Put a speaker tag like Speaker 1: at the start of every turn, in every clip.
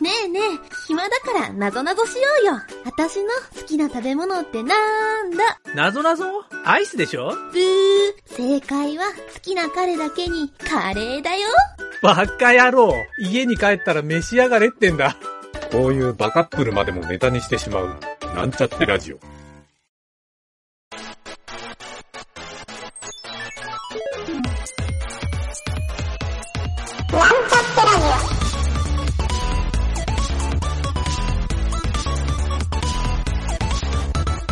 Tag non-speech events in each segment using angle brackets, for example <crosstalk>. Speaker 1: ねえねえ、暇だからなぞなぞしようよ。私の好きな食べ物ってなんだ
Speaker 2: なぞなぞアイスでしょ
Speaker 1: ブー。正解は好きな彼だけにカレーだよ。
Speaker 2: バカ野郎家に帰ったら召し上がれってんだ。
Speaker 3: こういうバカップルまでもネタにしてしまう、なんちゃってラジオ。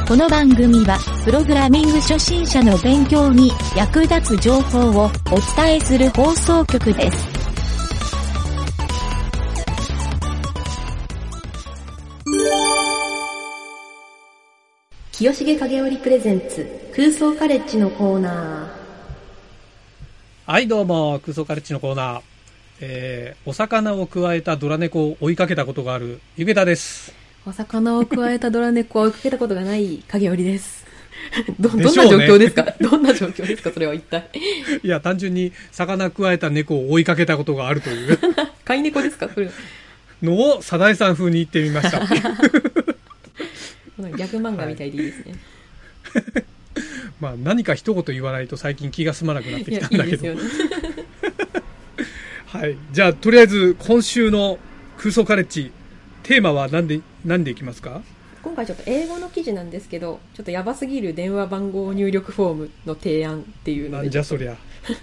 Speaker 4: この番組は、プログラミング初心者の勉強に役立つ情報をお伝えする放送局です。
Speaker 5: 清重影織プレゼンツ空想カレッジのコーナ
Speaker 2: はい、どうも、空想カレッジのコーナー。えー、お魚をくわえたドラ猫を追いかけたことがある、ゆげたです。
Speaker 5: ーお魚をくわえたドラ猫を追いかけたことがない影織ですどどん
Speaker 2: で
Speaker 5: な
Speaker 2: しょうね
Speaker 5: 状況ですか、 <laughs> どんな状況ですかそれは一体
Speaker 2: いや、単純に、魚くわえた猫を追いかけたことがあるという
Speaker 5: 飼い猫ですかそれ
Speaker 2: のを、サダイさん風に言ってみました。
Speaker 5: ギャグ漫画みたいでいい
Speaker 2: <laughs>
Speaker 5: ですね、
Speaker 2: まあ、何か一言言わないと最近気が済まなくなって
Speaker 5: い、
Speaker 2: き
Speaker 5: や
Speaker 2: た
Speaker 5: い
Speaker 2: んだ
Speaker 5: い
Speaker 2: け
Speaker 5: です
Speaker 2: ど。
Speaker 5: よね
Speaker 2: はい。じゃあ、とりあえず、今週の空想カレッジ、テーマは何で、何でいきますか
Speaker 5: 今回ちょっと英語の記事なんですけどちょっとやばすぎる電話番号入力フォームの提案っていう
Speaker 2: な
Speaker 5: の
Speaker 2: ん
Speaker 5: で
Speaker 2: じゃそり
Speaker 5: <laughs>
Speaker 2: ゃ。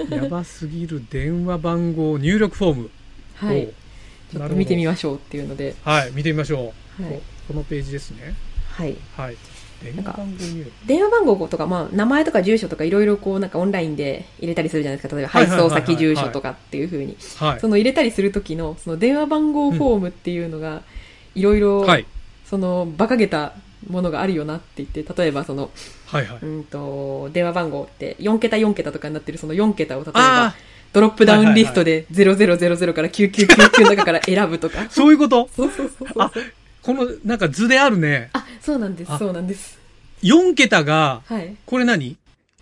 Speaker 2: やばすぎる電話番号入力フォーム。
Speaker 5: は
Speaker 2: おう
Speaker 5: いちょっと見てみ
Speaker 2: なる
Speaker 5: ましょうっていうので
Speaker 2: ほどはい、見てみましょう。
Speaker 5: はい
Speaker 2: ここのページですね。
Speaker 5: はい
Speaker 2: はい。電話番号入力。
Speaker 5: 電話番号とか、まあ、名前とか住所とかいろいろこうなんかオンラインで入れたりするじゃないですか例えば
Speaker 2: はい
Speaker 5: 配
Speaker 2: はいはいはい
Speaker 5: 送先住所とかっていうふうに
Speaker 2: はい
Speaker 5: そ。の入れたりする時のその電話番号フォームっていうのがいろいろ
Speaker 2: はい。
Speaker 5: その馬鹿げたものがあるよなって言って例えばその
Speaker 2: はいはい。
Speaker 5: うんと電話番号って4桁4桁とかになってるその4桁を例え
Speaker 2: あ
Speaker 5: ばドロップダウンリストで0000から9999の中から選ぶ
Speaker 2: <laughs>
Speaker 5: とか
Speaker 2: そういうこと
Speaker 5: そうそうそうそう
Speaker 2: あ、この、なんか図であるね。
Speaker 5: あそうなんで
Speaker 2: あ
Speaker 5: すそうなんです
Speaker 2: 4桁が、
Speaker 5: はい
Speaker 2: これ何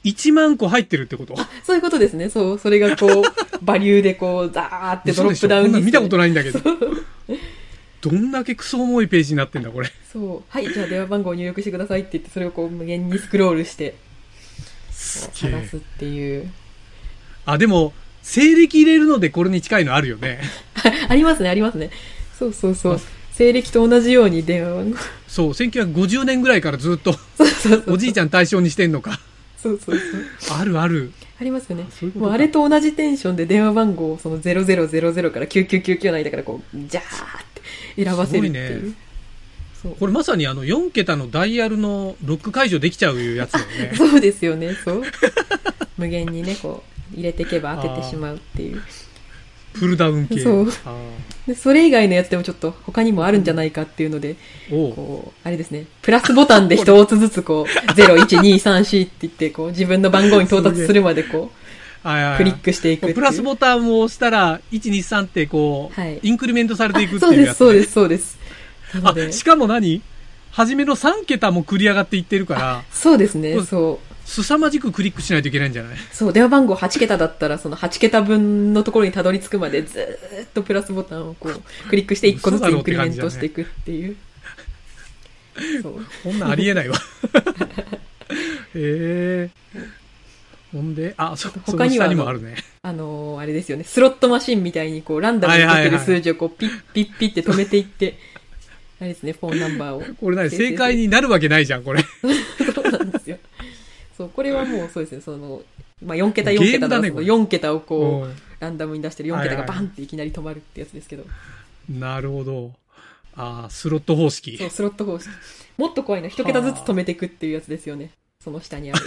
Speaker 2: ?1 万個入ってるってこと
Speaker 5: そういうことですね。そう、それがこ
Speaker 2: <laughs>
Speaker 5: う、バリューでこう、ザーってドロップダウン
Speaker 2: 嘘でしょこんなの見たこと
Speaker 5: ない。
Speaker 2: ないんだけど。どんだけクソ重いページになってんだ、これ。
Speaker 5: そう。はい、じゃあ電話番号を入力してくださいって言って、それをこう、無限にスクロールして、
Speaker 2: すげ
Speaker 5: 探
Speaker 2: え。
Speaker 5: すっていう。 <laughs>
Speaker 2: あ、でも、西暦入れるのでこれに近いのあるよね。
Speaker 5: ありますね、ありますね。そうそうそ
Speaker 2: あ
Speaker 5: う。西暦と同じように電話番号。
Speaker 2: そう、1950年ぐらいからずっと、
Speaker 5: そうそうそう。
Speaker 2: おじいちゃん対象にしてんのか。
Speaker 5: そうそうそう。
Speaker 2: あるある。
Speaker 5: ありますよね。
Speaker 2: そういうこと
Speaker 5: も
Speaker 2: か
Speaker 5: うあれと同じテンションで電話番号をその0000から9999の間からこう、ジャーって選ばせるって
Speaker 2: すご
Speaker 5: い。
Speaker 2: いうね
Speaker 5: そう
Speaker 2: これまさにあの4桁のダイヤルのロック解除できちゃうやつだよね。
Speaker 5: <laughs> そうですよね、そう。無限にね、こう、入れていけば当ててしまうっていう。
Speaker 2: プルダウン系。
Speaker 5: そう
Speaker 2: あ
Speaker 5: で、それ以外のやつでもちょっと他にもあるんじゃないかっていうので、
Speaker 2: ーおう
Speaker 5: こう、あれですね、プラスボタンで一つずつこう、01234って言って、こう、自分の番号に到達するまでこ
Speaker 2: はいは
Speaker 5: う、
Speaker 2: い
Speaker 5: クリックしていくっていう。
Speaker 2: プラスボタンを押したら、123ってこう、
Speaker 5: はい
Speaker 2: インクリメントされていくって
Speaker 5: そう
Speaker 2: いう
Speaker 5: で
Speaker 2: や
Speaker 5: す、
Speaker 2: つ、
Speaker 5: そうです、そうです。なので
Speaker 2: あ、しかも何初めの3桁も繰り上がっていってるから、
Speaker 5: そうですね
Speaker 2: う、ん
Speaker 5: そう。
Speaker 2: 凄まじくクリックしないといけないんじゃない
Speaker 5: そう、電話番号8桁だったら、その8桁分のところにたどり着くまでずーっとプラスボタンをこう、クリックして1個ずつインクリメントしていくっ
Speaker 2: <laughs>
Speaker 5: ていう。そう。
Speaker 2: こんなんありえないわ。 <laughs> へえ。ほんで、あ、そ、その
Speaker 5: 他には
Speaker 2: 下にもあるね。
Speaker 5: あのーあれですよね、スロットマシンみたいにこう、ランダムに出てる数字をこう、ピッピッピッって止めていって、 <laughs> あれですね、フォンナンバー
Speaker 2: <laughs>
Speaker 5: を。
Speaker 2: これ何正解になるわけないじゃん、これ。
Speaker 5: そうなんですよ。そう、これはもうそうですね、その、まあ、4桁4
Speaker 2: ゲーム
Speaker 5: 桁
Speaker 2: だ
Speaker 5: だ
Speaker 2: ね
Speaker 5: ね、
Speaker 2: これ
Speaker 5: 4桁をこ
Speaker 2: う
Speaker 5: う、
Speaker 2: ん
Speaker 5: ランダムに出してる4桁
Speaker 2: は
Speaker 5: が
Speaker 2: いはい
Speaker 5: バンっていきなり止まるってやつですけど。
Speaker 2: なるほど。あースロット方式
Speaker 5: そう、。スロット方式。もっと怖いのは、一桁ずつ止めていくっていうやつですよね。その下にあ
Speaker 2: <laughs>
Speaker 5: る。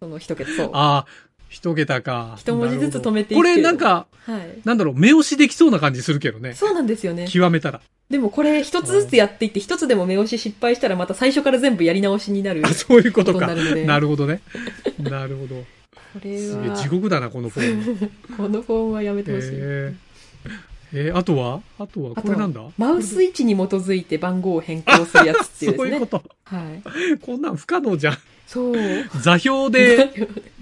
Speaker 5: その一桁、そう。は
Speaker 2: ああ、一桁か。
Speaker 5: 一文字ずつ止めてい
Speaker 2: なるほどこ
Speaker 5: くけ
Speaker 2: れ
Speaker 5: ど
Speaker 2: なんか、
Speaker 5: い。
Speaker 2: なんだろう、目押しできそうな感じするけどね。
Speaker 5: そうなんですよね。
Speaker 2: 極めたら。 <laughs>
Speaker 5: でもこれ一つずつやっていって、一つでも目押し失敗したらまた最初から全部やり直しになる。
Speaker 2: あ
Speaker 5: こ
Speaker 2: そういうことか。
Speaker 5: ことになるので
Speaker 2: なるほどね。な
Speaker 5: <laughs>
Speaker 2: るほど。
Speaker 5: れ
Speaker 2: すげえ、地
Speaker 5: は、
Speaker 2: 獄だな、このフォーム。
Speaker 5: このフォームはやめてほしい。
Speaker 2: えー、えーあとはあとは、
Speaker 5: あ
Speaker 2: ことれ
Speaker 5: は
Speaker 2: なんだ
Speaker 5: マウス位置に基づいて番号を変更するやつって
Speaker 2: <laughs>
Speaker 5: い
Speaker 2: そう
Speaker 5: です
Speaker 2: ういう
Speaker 5: ね。
Speaker 2: こと。
Speaker 5: はい。
Speaker 2: こんなん不可能じゃん。
Speaker 5: そう。
Speaker 2: 座標
Speaker 5: <laughs>
Speaker 2: で、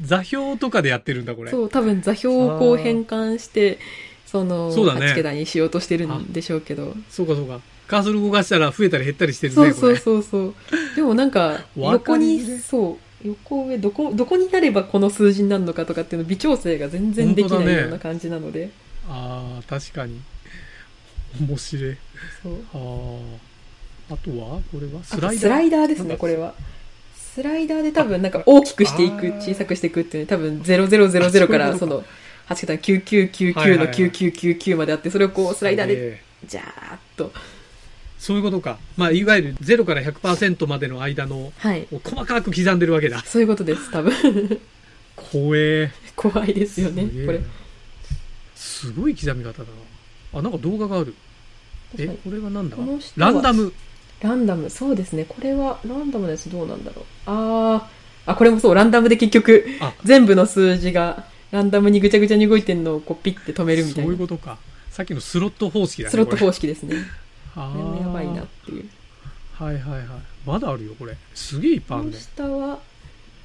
Speaker 2: 座標とかでやってるんだ、これ。
Speaker 5: そう、多分座標をこう変換して、その、
Speaker 2: そうだね
Speaker 5: 8桁にしようとしてるんでしょうけど。
Speaker 2: そうかそうか。カーソル動かしたら増えたり減ったりしてるね、
Speaker 5: そうそう
Speaker 2: こ
Speaker 5: そうそう。でもなんか、
Speaker 2: わか
Speaker 5: 横
Speaker 2: り
Speaker 5: に
Speaker 2: づらい、
Speaker 5: そう、横上、どこ、どこになればこの数字になるのかとかっていうの微調整が全然できな
Speaker 2: 本当だ
Speaker 5: い
Speaker 2: ね
Speaker 5: ような感じなので。
Speaker 2: れ。ああ、確かに。面白い。
Speaker 5: そう。
Speaker 2: ああ。あとはこれは
Speaker 5: あ
Speaker 2: スラ
Speaker 5: と
Speaker 2: イダー
Speaker 5: スライダーです
Speaker 2: なん
Speaker 5: ね、
Speaker 2: だ
Speaker 5: これは。スライダーで多分なんか大きくしていく
Speaker 2: あ、ー
Speaker 5: 小さくしていくっていうね、多分0000か
Speaker 2: あ
Speaker 5: ら
Speaker 2: そ
Speaker 5: そう
Speaker 2: いう
Speaker 5: の、8桁の9999の9999まであって、それをこうスライダーで、
Speaker 2: ええ
Speaker 5: じゃーっと。
Speaker 2: そういうことか。まあ、いわゆる0から100%までの間の、
Speaker 5: はい。
Speaker 2: もう細かく刻んでるわけだ。
Speaker 5: そういうことです、多分。 <laughs>
Speaker 2: 怖え。
Speaker 5: 怖いですよね、
Speaker 2: すげえ
Speaker 5: これ。
Speaker 2: すごい刻み方だな。あ、なんか動画がある。え、
Speaker 5: 確か
Speaker 2: これはなんだ
Speaker 5: この人
Speaker 2: ラ
Speaker 5: は
Speaker 2: ンダム。
Speaker 5: ランダム、そうですね、これはランダムのやつどうなんだろう。あー、あ、これもそう、ランダムで結局
Speaker 2: あ、
Speaker 5: 全部の数字がランダムにぐちゃぐちゃに動いてんのをこうピッて止めるみ
Speaker 2: そ
Speaker 5: た
Speaker 2: う
Speaker 5: い
Speaker 2: いう
Speaker 5: な。
Speaker 2: ことか。さっきのスロット方式だね。
Speaker 5: スロット
Speaker 2: 式。
Speaker 5: 方式ですね。これ
Speaker 2: あ
Speaker 5: も
Speaker 2: あ。
Speaker 5: やばいなっていう。
Speaker 2: はいはいはい。まだあるよ、これ。すげえいっぱい
Speaker 5: こ
Speaker 2: ある
Speaker 5: の
Speaker 2: ね。
Speaker 5: 下は、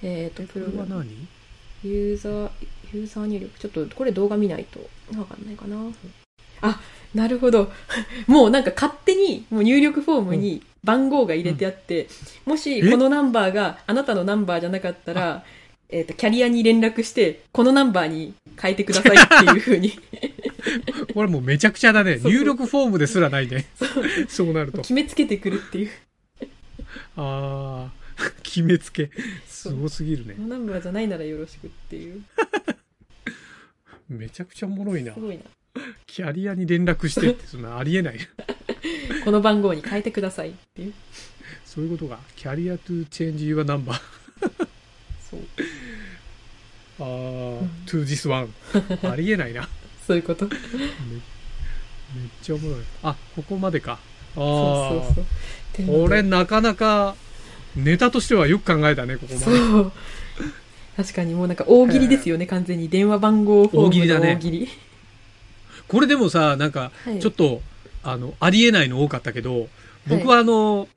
Speaker 5: えっ、と、プ
Speaker 2: これ
Speaker 5: ログラ
Speaker 2: は
Speaker 5: ム、
Speaker 2: 何
Speaker 5: ユーザー、ユーザー入力。ちょっと、これ動画見ないとわかんないかな。あ、なるほど。 <laughs> もうなんか勝手に、もう入力フォームに番号が入れてあって、もし
Speaker 2: え
Speaker 5: このナンバーがあなたのナンバーじゃなかったら、えっ、と、キャリアに連絡して、このナンバーに変えてくださいっていうふ
Speaker 2: <laughs>
Speaker 5: うに <laughs>
Speaker 2: これもうめちゃくちゃだね。
Speaker 5: そうそう
Speaker 2: 入力フォームですらないね。そうなると。
Speaker 5: 決めつけてくるっていう。
Speaker 2: ああ、 <laughs> 決めつけ。す
Speaker 5: う
Speaker 2: ごすぎるね
Speaker 5: こ。のナンバーじゃないならよろしくっていう。
Speaker 2: めちゃくちゃおもろいな
Speaker 5: す。ごいな。
Speaker 2: キャリアに連絡してって、そんなありえない。
Speaker 5: この番号に変えてくださいっていう。
Speaker 2: そういうことが。キャリアトゥチェンジユアナンバー。
Speaker 5: そう。
Speaker 2: あー、トゥージス
Speaker 5: <laughs>
Speaker 2: ワン。ありえないな。
Speaker 5: そういうこと。
Speaker 2: めっちゃおもろい。あ、ここまでか。あ
Speaker 5: そう
Speaker 2: あ
Speaker 5: そうそう。
Speaker 2: これなかなか、ネタとしてはよく考えたね、ここま
Speaker 5: そ
Speaker 2: で。
Speaker 5: う。確かにもうなんか大喜利ですよね、完全に。電話番号フォームの
Speaker 2: 大喜利だね
Speaker 5: 大喜利。
Speaker 2: これでもさ、なんか、
Speaker 5: はい
Speaker 2: ちょっと、あの、ありえないの多かったけど、僕はあの、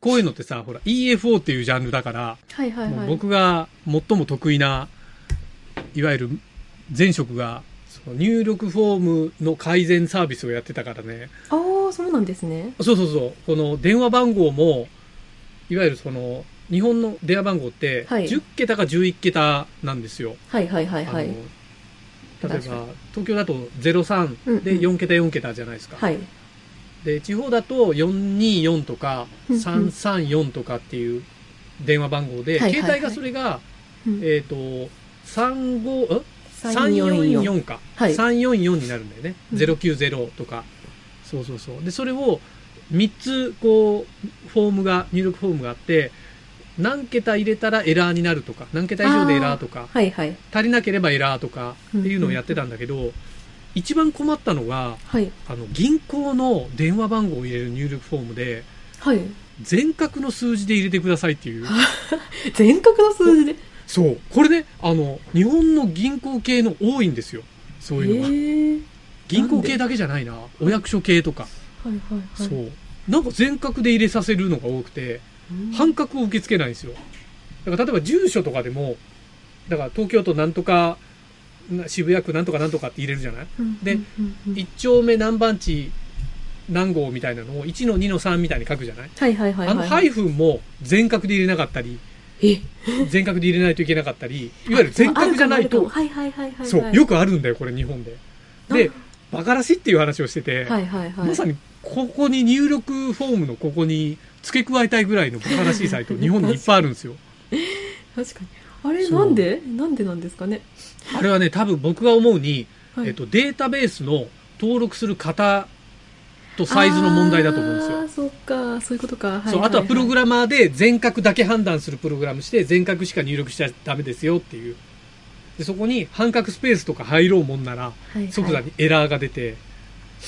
Speaker 2: こういうのってさ、ほら、EFO っていうジャンルだから、
Speaker 5: はいはい
Speaker 2: も
Speaker 5: は
Speaker 2: う
Speaker 5: い。
Speaker 2: 僕が最も得意な、いわゆる前職が、その入力フォームの改善サービスをやってたからね。
Speaker 5: ああ、そうなんですね。
Speaker 2: そうそうそう。この電話番号も、いわゆるその、日本の電話番号って、
Speaker 5: はい
Speaker 2: 10桁か11桁なんですよ。
Speaker 5: はいはいはいは
Speaker 2: あ。
Speaker 5: い
Speaker 2: の例え
Speaker 5: 確か
Speaker 2: ば、東京だと03
Speaker 5: うん
Speaker 2: で
Speaker 5: うん
Speaker 2: 4桁4桁じゃないですか。
Speaker 5: はい。
Speaker 2: で、地方だと424とか
Speaker 5: うんうん
Speaker 2: 334とかっていう電話番号で、
Speaker 5: はいはいはい
Speaker 2: 携帯がそれが、
Speaker 5: うん
Speaker 2: えっ、と、35、ん
Speaker 5: 344。
Speaker 2: 344か、
Speaker 5: はい
Speaker 2: 344になるんだよね、
Speaker 5: うん
Speaker 2: 090とかそうそうそうでそれを3つこうフォームが入力フォームがあって何桁入れたらエラーになるとか何桁以上でエラーとか
Speaker 5: はいはい。
Speaker 2: 足りなければエラーとかっていうのをやってたんだけど、一番困ったのが
Speaker 5: はい。
Speaker 2: あの銀行の電話番号を入れる入力フォームで
Speaker 5: はい。
Speaker 2: 全角の数字で入れてくださいっていう
Speaker 5: 全角の数字で。
Speaker 2: そうこれねあの日本の銀行系の多いんですよそういうのが。
Speaker 5: ええ。
Speaker 2: 銀行系だけじゃないなお役所系とか、
Speaker 5: はいはいはい。
Speaker 2: そうなんか全角で入れさせるのが多くて
Speaker 5: うん
Speaker 2: 半角を受け付けないんですよだから例えば住所とかでもだから東京都なんとかな渋谷区なんとかなんとかって入れるじゃないで、
Speaker 5: うんうんうん
Speaker 2: 1丁目何番地何号みたいなのを1の2の3みたいに書くじゃない
Speaker 5: はいはいはい
Speaker 2: あの
Speaker 5: はい。
Speaker 2: ハイフンも全角で入れなかったり
Speaker 5: え
Speaker 2: 全角で入れないといけなかったりいわゆる全角じゃない
Speaker 5: ある
Speaker 2: と
Speaker 5: かもあるかもはいはいはいはいはい。
Speaker 2: そうよくあるんだよこれ日本ででバカらしいっていう話をしてて、
Speaker 5: はいはいはい。
Speaker 2: まさにここに入力フォームのここに付け加えたいぐらいのバカらしいサイト日本にいっぱいあるんですよ
Speaker 5: 確かに。あれ、
Speaker 2: そう
Speaker 5: なんでなんでなんですかね。
Speaker 2: あれはね多分僕が思うに、
Speaker 5: はい
Speaker 2: えっと、データベースの登録する型とサイズの問題だと思うんですよ
Speaker 5: あーそっか、そういうことか。いい
Speaker 2: そうあとはプログ
Speaker 5: ラ
Speaker 2: ラマーで全角だけ判断するプログラムして全角しか入力しちゃダメですよっていうでそこに半角スペースとか入ろうもんなら
Speaker 5: ム
Speaker 2: 即座にエラーが出て、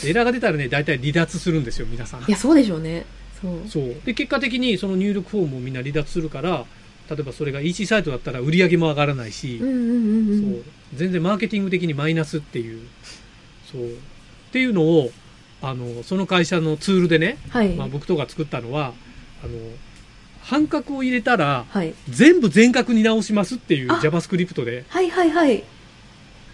Speaker 2: エラーが出たらね大体離脱するんですよ皆さん
Speaker 5: いや、そうでしょうね。そう。
Speaker 2: そうで結果的にその入力フォームをみんな離脱するから例えばそれが EC サイトだったら売り上げも上がらないし、
Speaker 5: うんうんうん
Speaker 2: そう全然マーケティング的にマイナスっていうそうっていうのをあのその会社のツールでね、
Speaker 5: うん。はい。
Speaker 2: まあ、僕とか作ったのはあの半角を入れたら
Speaker 5: はい。
Speaker 2: 全部全角に直しますっていう
Speaker 5: あ
Speaker 2: JavaScript で
Speaker 5: はいはいはい。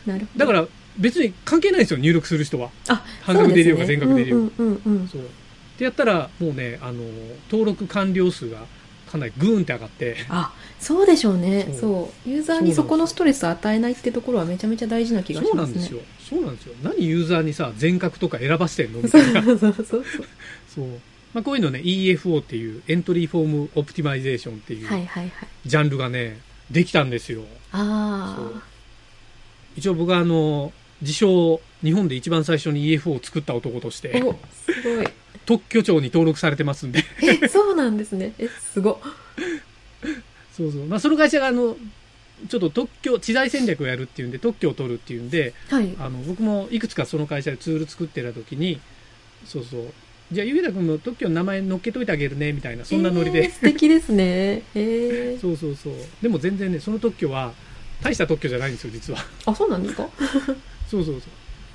Speaker 5: なるほ
Speaker 2: だ
Speaker 5: ど。
Speaker 2: から別に関係ないんですよ入力する人は
Speaker 5: あ
Speaker 2: 半額で入れようか全額で入れよう
Speaker 5: うか。うんうんうん
Speaker 2: そうってやったらもうねあの登録完了数がかなりグーンって上がって
Speaker 5: あそうでしょうね
Speaker 2: そう
Speaker 5: そうユーザーにそこのストレスを与えないってところはめちゃめちゃ大事な気がし
Speaker 2: そう
Speaker 5: ま
Speaker 2: な
Speaker 5: す
Speaker 2: んで
Speaker 5: ね
Speaker 2: すよそうなんですよ何ユーザーにさ全角とか選ばせてんのみた
Speaker 5: <laughs>
Speaker 2: いな
Speaker 5: そうそうそうそう
Speaker 2: <laughs> そう、まあ、こういうのね EFO っていうエントリーフォームオプティマイゼーションってい
Speaker 5: は
Speaker 2: う
Speaker 5: いはいはい
Speaker 2: ジャンルがね、できたんですよ
Speaker 5: あ
Speaker 2: そう一応僕はあの自称日本で一番最初に EFO を作った男とし
Speaker 5: あ
Speaker 2: て
Speaker 5: おすごい
Speaker 2: 特許庁に登録されてますんで
Speaker 5: えそうなんですねえすご
Speaker 2: そうそう、まあ、その会社があのちょっと特許知財戦略をやるっていうんで特許を取るっていうんで
Speaker 5: はい
Speaker 2: あの僕もいくつかその会社でツール作ってた時にそうそうじゃあゆうたくんの特許の名前乗っけといてあげるねみたいなそんなノリで、
Speaker 5: えー素敵ですねえー、
Speaker 2: そうそうそうでも全然ねその特許は大した特許じゃないんですよ実は
Speaker 5: あそうなんですか
Speaker 2: そうそうそう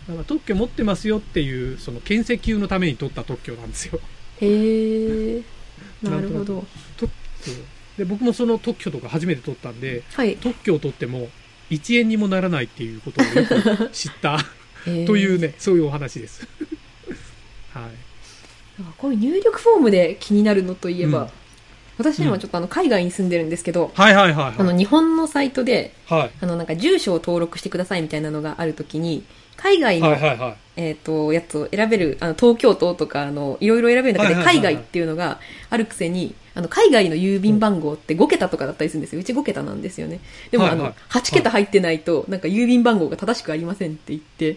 Speaker 2: だから特許持ってますよっていうその建設級のために取った特許なんですよ
Speaker 5: へえー、なるほど
Speaker 2: そうで僕もその特許とか初めて取ったんで
Speaker 5: はい、
Speaker 2: 特許を取っても1円にもならないっていうことをよく知った
Speaker 5: <laughs> えー
Speaker 2: というねそういうお話です <laughs> はい
Speaker 5: なんかこういう入力フォームで気になるのといえば、
Speaker 2: うん
Speaker 5: 私今ちょっとあの海外に住んでるんですけど、
Speaker 2: はいはいはい
Speaker 5: あ
Speaker 2: は
Speaker 5: の
Speaker 2: い
Speaker 5: 日本のサイトで
Speaker 2: はい
Speaker 5: あのなんか住所を登録してくださいみたいなのがあるときに海外の、
Speaker 2: はいはいはい
Speaker 5: えー、とやつを選べるあの東京都とかあのいろいろ選べる中で
Speaker 2: はいはい
Speaker 5: 海
Speaker 2: はいはい
Speaker 5: 外っていうのがあるくせにあの海外の郵便番号って5桁とかだったりするんですようち5桁なんですよねでも、
Speaker 2: はいはい
Speaker 5: あの8桁入ってないとなんか郵便番号が正しくありませんって言って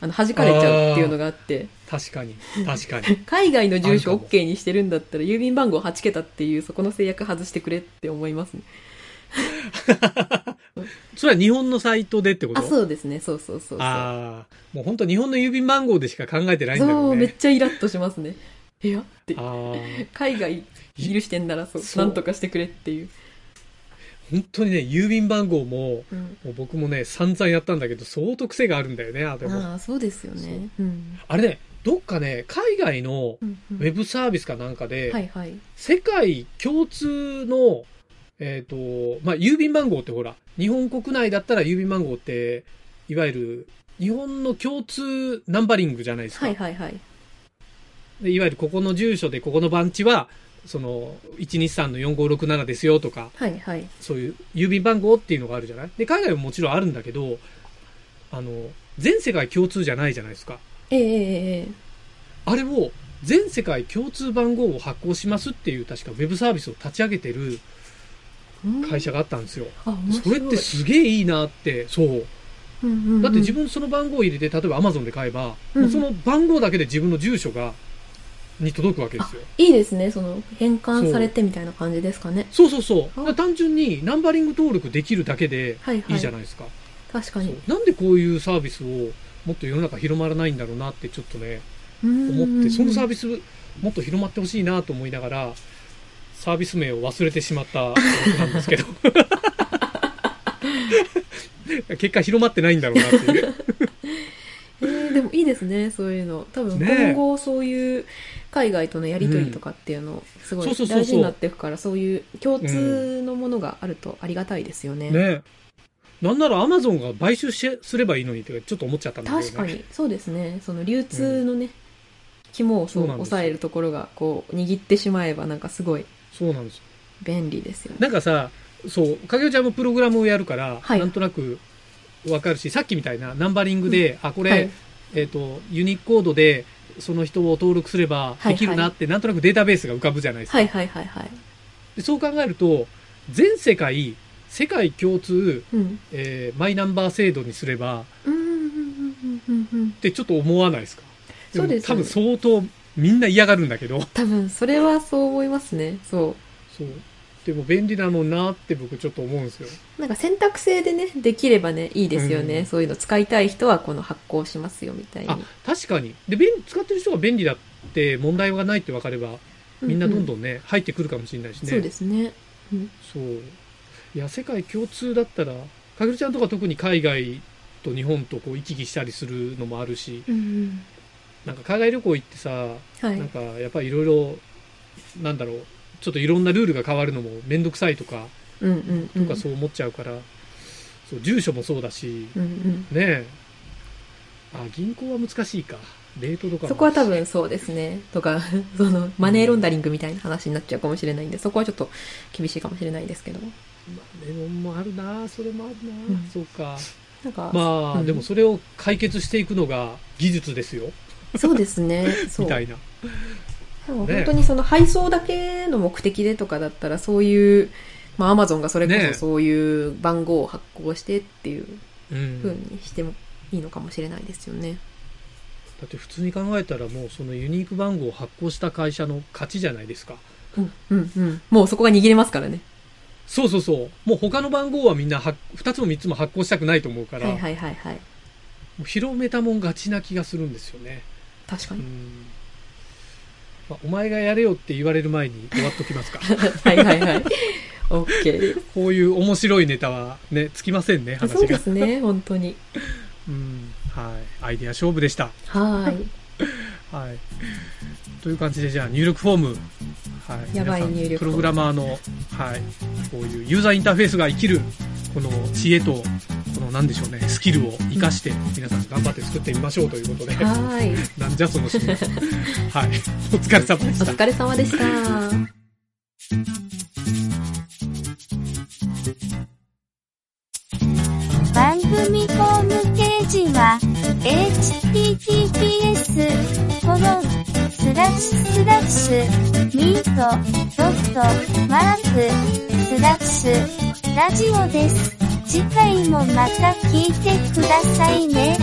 Speaker 5: あの弾かれちゃうっていうのがあって
Speaker 2: 確かに確か
Speaker 5: <laughs>
Speaker 2: に
Speaker 5: 海外の住所
Speaker 2: あるかも
Speaker 5: OK にしてるんだったら郵便番号8桁っていうそこの制約外してくれって思いますね
Speaker 2: それは日本のサイトでってこと
Speaker 5: あそうですねそうそうそうそう
Speaker 2: ああ、もう本当日本の郵便番号でしか考えてないんだろ
Speaker 5: そうう、め
Speaker 2: ね
Speaker 5: っ。ちゃイラッとしますね。えやって
Speaker 2: あ。ー
Speaker 5: 海外許してんならそう、
Speaker 2: そう
Speaker 5: なんとかしてくれっていう。
Speaker 2: 本当にね、郵便番号も、
Speaker 5: うん、
Speaker 2: もう僕もね、散々やったんだけど、相当癖があるんだよね、あれも。
Speaker 5: ああ、そうですよね。うん。
Speaker 2: あれね、どっかね、海外の
Speaker 5: うんう
Speaker 2: ウ
Speaker 5: ん
Speaker 2: ェブサービスかなんかで、
Speaker 5: はいはい。
Speaker 2: 世界共通の、えっ、と、まあ、郵便番号ってほら、日本国内だったら郵便番号って、いわゆる、日本の共通ナンバリングじゃないですか。
Speaker 5: はいはいはい。
Speaker 2: でいわゆるここの住所でここの番地は、その、123の4567ですよとか、
Speaker 5: はいはい。
Speaker 2: そういう郵便番号っていうのがあるじゃないで、海外ももちろんあるんだけど、あの、全世界共通じゃないじゃないですか。
Speaker 5: ええええええ
Speaker 2: あれを、全世界共通番号を発行しますっていう、確かウェブサービスを立ち上げてる
Speaker 5: うん
Speaker 2: 会社があったんですよ。
Speaker 5: あ、面
Speaker 2: そ
Speaker 5: 白い
Speaker 2: れってすげえいいなって、そう。
Speaker 5: うんうんうん
Speaker 2: だって自分その番号を入れて、例えば Amazon で買えば、
Speaker 5: うん
Speaker 2: もうその番号だけで自分の住所が、に届くわけですよ。
Speaker 5: いいですね。その、変換されてみたいな感じですかね。
Speaker 2: そうそうそう。だ
Speaker 5: あ
Speaker 2: から単純にナンバリング登録できるだけで
Speaker 5: はいはい。
Speaker 2: いいじゃないですか。
Speaker 5: 確かに。
Speaker 2: なんでこういうサービスをもっと世の中広まらないんだろうなってちょっとね、思
Speaker 5: 思
Speaker 2: って、そのサービスもっと広まってほしいなと思いながら、サービス名を忘れてしまった僕なんですけ
Speaker 5: <laughs>
Speaker 2: ど。結果広まってないんだろうなっていう。
Speaker 5: えーでもいいですね、そういうの。多分
Speaker 2: ねえ
Speaker 5: 今後そういう海外とのやり取りとかっていうの、すご
Speaker 2: そう
Speaker 5: い
Speaker 2: そうそうそう
Speaker 5: 大事になっていくから、そういう共通のものがあるとありがたいですよね。
Speaker 2: ねなんならアマゾンが買収しすればいいのにってちょっと思っちゃったんだけどね。
Speaker 5: 確かに、そうですね。その流通のね、肝をそう
Speaker 2: そうなんですよ
Speaker 5: 抑えるところが、こう、握ってしまえば、なんかすごい
Speaker 2: そうなんですよ
Speaker 5: 便利ですよね。
Speaker 2: なんかさ、そう、影尾ちゃんもプログラムをやるから、
Speaker 5: はい
Speaker 2: なんとなくわかるし、さっきみたいなナンバリングで、あ、これ、
Speaker 5: はい
Speaker 2: えっ、と、ユニコードで、その人を登録すれば
Speaker 5: はい
Speaker 2: できるなって、なんとなくデータベースが浮かぶじゃないですか。
Speaker 5: はいはいはいはい。
Speaker 2: でそう考えると、全世界、世界共通、
Speaker 5: うん。
Speaker 2: えーマイナンバー制度にすれば、
Speaker 5: うんうんうんうんうんうん。
Speaker 2: ってちょっと思わないですか
Speaker 5: そうです
Speaker 2: も多
Speaker 5: よね
Speaker 2: 分相当みんな嫌がるんだけど。
Speaker 5: 多分、それはそう思いますね。そう。
Speaker 2: そう。でも便利なのになって僕ちょっと思うんですよ。
Speaker 5: なんか選択制でね、できればね、いいですよね。
Speaker 2: うん
Speaker 5: そういうの使いたい人は、この発行しますよ、みたいに
Speaker 2: あ。確かにで便使ってる人が便利だって問題がないって分かればみんなどんど
Speaker 5: ん、
Speaker 2: んね、入ってくるかもしれないしね
Speaker 5: そうですね。
Speaker 2: そういや世界共通だったらかぐるちゃんとか特に海外と日本とこう行き来したりするのもあるし
Speaker 5: うん
Speaker 2: なんか海外旅行行ってさ、
Speaker 5: うん、は
Speaker 2: なん
Speaker 5: い。
Speaker 2: かやっぱりいろいろなんだろうちょっといろんなルールが変わるのも面倒くさいとか
Speaker 5: うんうんう
Speaker 2: と
Speaker 5: ん。
Speaker 2: かそう思っちゃうから、そう住所もそうだし
Speaker 5: うんうん。
Speaker 2: ねえあ銀行は難しいかレートとかも
Speaker 5: そこは多分そうですね。とか、 <laughs> その、マネーロンダリングみたいな話になっちゃうかもしれないんで、そこはちょっと厳しいかもしれないですけど。
Speaker 2: まあレモンもあるなそれもあるな、
Speaker 5: うん
Speaker 2: そうか
Speaker 5: なんか、
Speaker 2: まあ、
Speaker 5: うん
Speaker 2: でもそれを解決していくのが技術ですよ
Speaker 5: そうですね。そ
Speaker 2: み
Speaker 5: う。
Speaker 2: た
Speaker 5: で
Speaker 2: いな
Speaker 5: も
Speaker 2: ね
Speaker 5: 本当にその配送だけの目的でとかだったら、そういう、まあ、アマゾンがそれこ
Speaker 2: ね
Speaker 5: そそういう番号を発行してっていう
Speaker 2: うん
Speaker 5: 風にしてもいいのかもしれないですよね。
Speaker 2: だって普通に考えたらもうそのユニーク番号を発行した会社の勝ちじゃないですか
Speaker 5: うん、うん、うん。もうそこが握れますからね。
Speaker 2: そうそうそうもう他の番号はみんなは2つも3つも発行したくないと思うから、
Speaker 5: はいはいはいはい。
Speaker 2: もう広めたもん勝ちな気がするんですよね
Speaker 5: 確か
Speaker 2: う
Speaker 5: に。
Speaker 2: ん、まあ、お前がやれよって言われる前に終わっときます
Speaker 5: <laughs>
Speaker 2: か
Speaker 5: はいはいはい。OK。
Speaker 2: こういう面白いネタはねつきませんね話
Speaker 5: そうで
Speaker 2: が
Speaker 5: すね、本当に。
Speaker 2: うんはいアイデア勝負でした
Speaker 5: はい。
Speaker 2: はい、という感じでじゃあ入力フォーム、はい、
Speaker 5: やばい
Speaker 2: 皆さん
Speaker 5: 入力フォーム
Speaker 2: プログラマーの、はい、こういうユーザーインターフェースが生きるこの知恵とこのなんでしょうねスキルを生かして皆さん頑張って作ってみましょうということで
Speaker 5: はい。
Speaker 2: なんじゃその趣味はいお疲れ様で
Speaker 5: お
Speaker 2: した
Speaker 5: 疲れ様でした。
Speaker 6: 番組ホームページは、https, コロン、スラッシュスラッシュ、ミート、ドット、マーク、スラッシュ、ラジオです。次回もまた聞いてくださいね。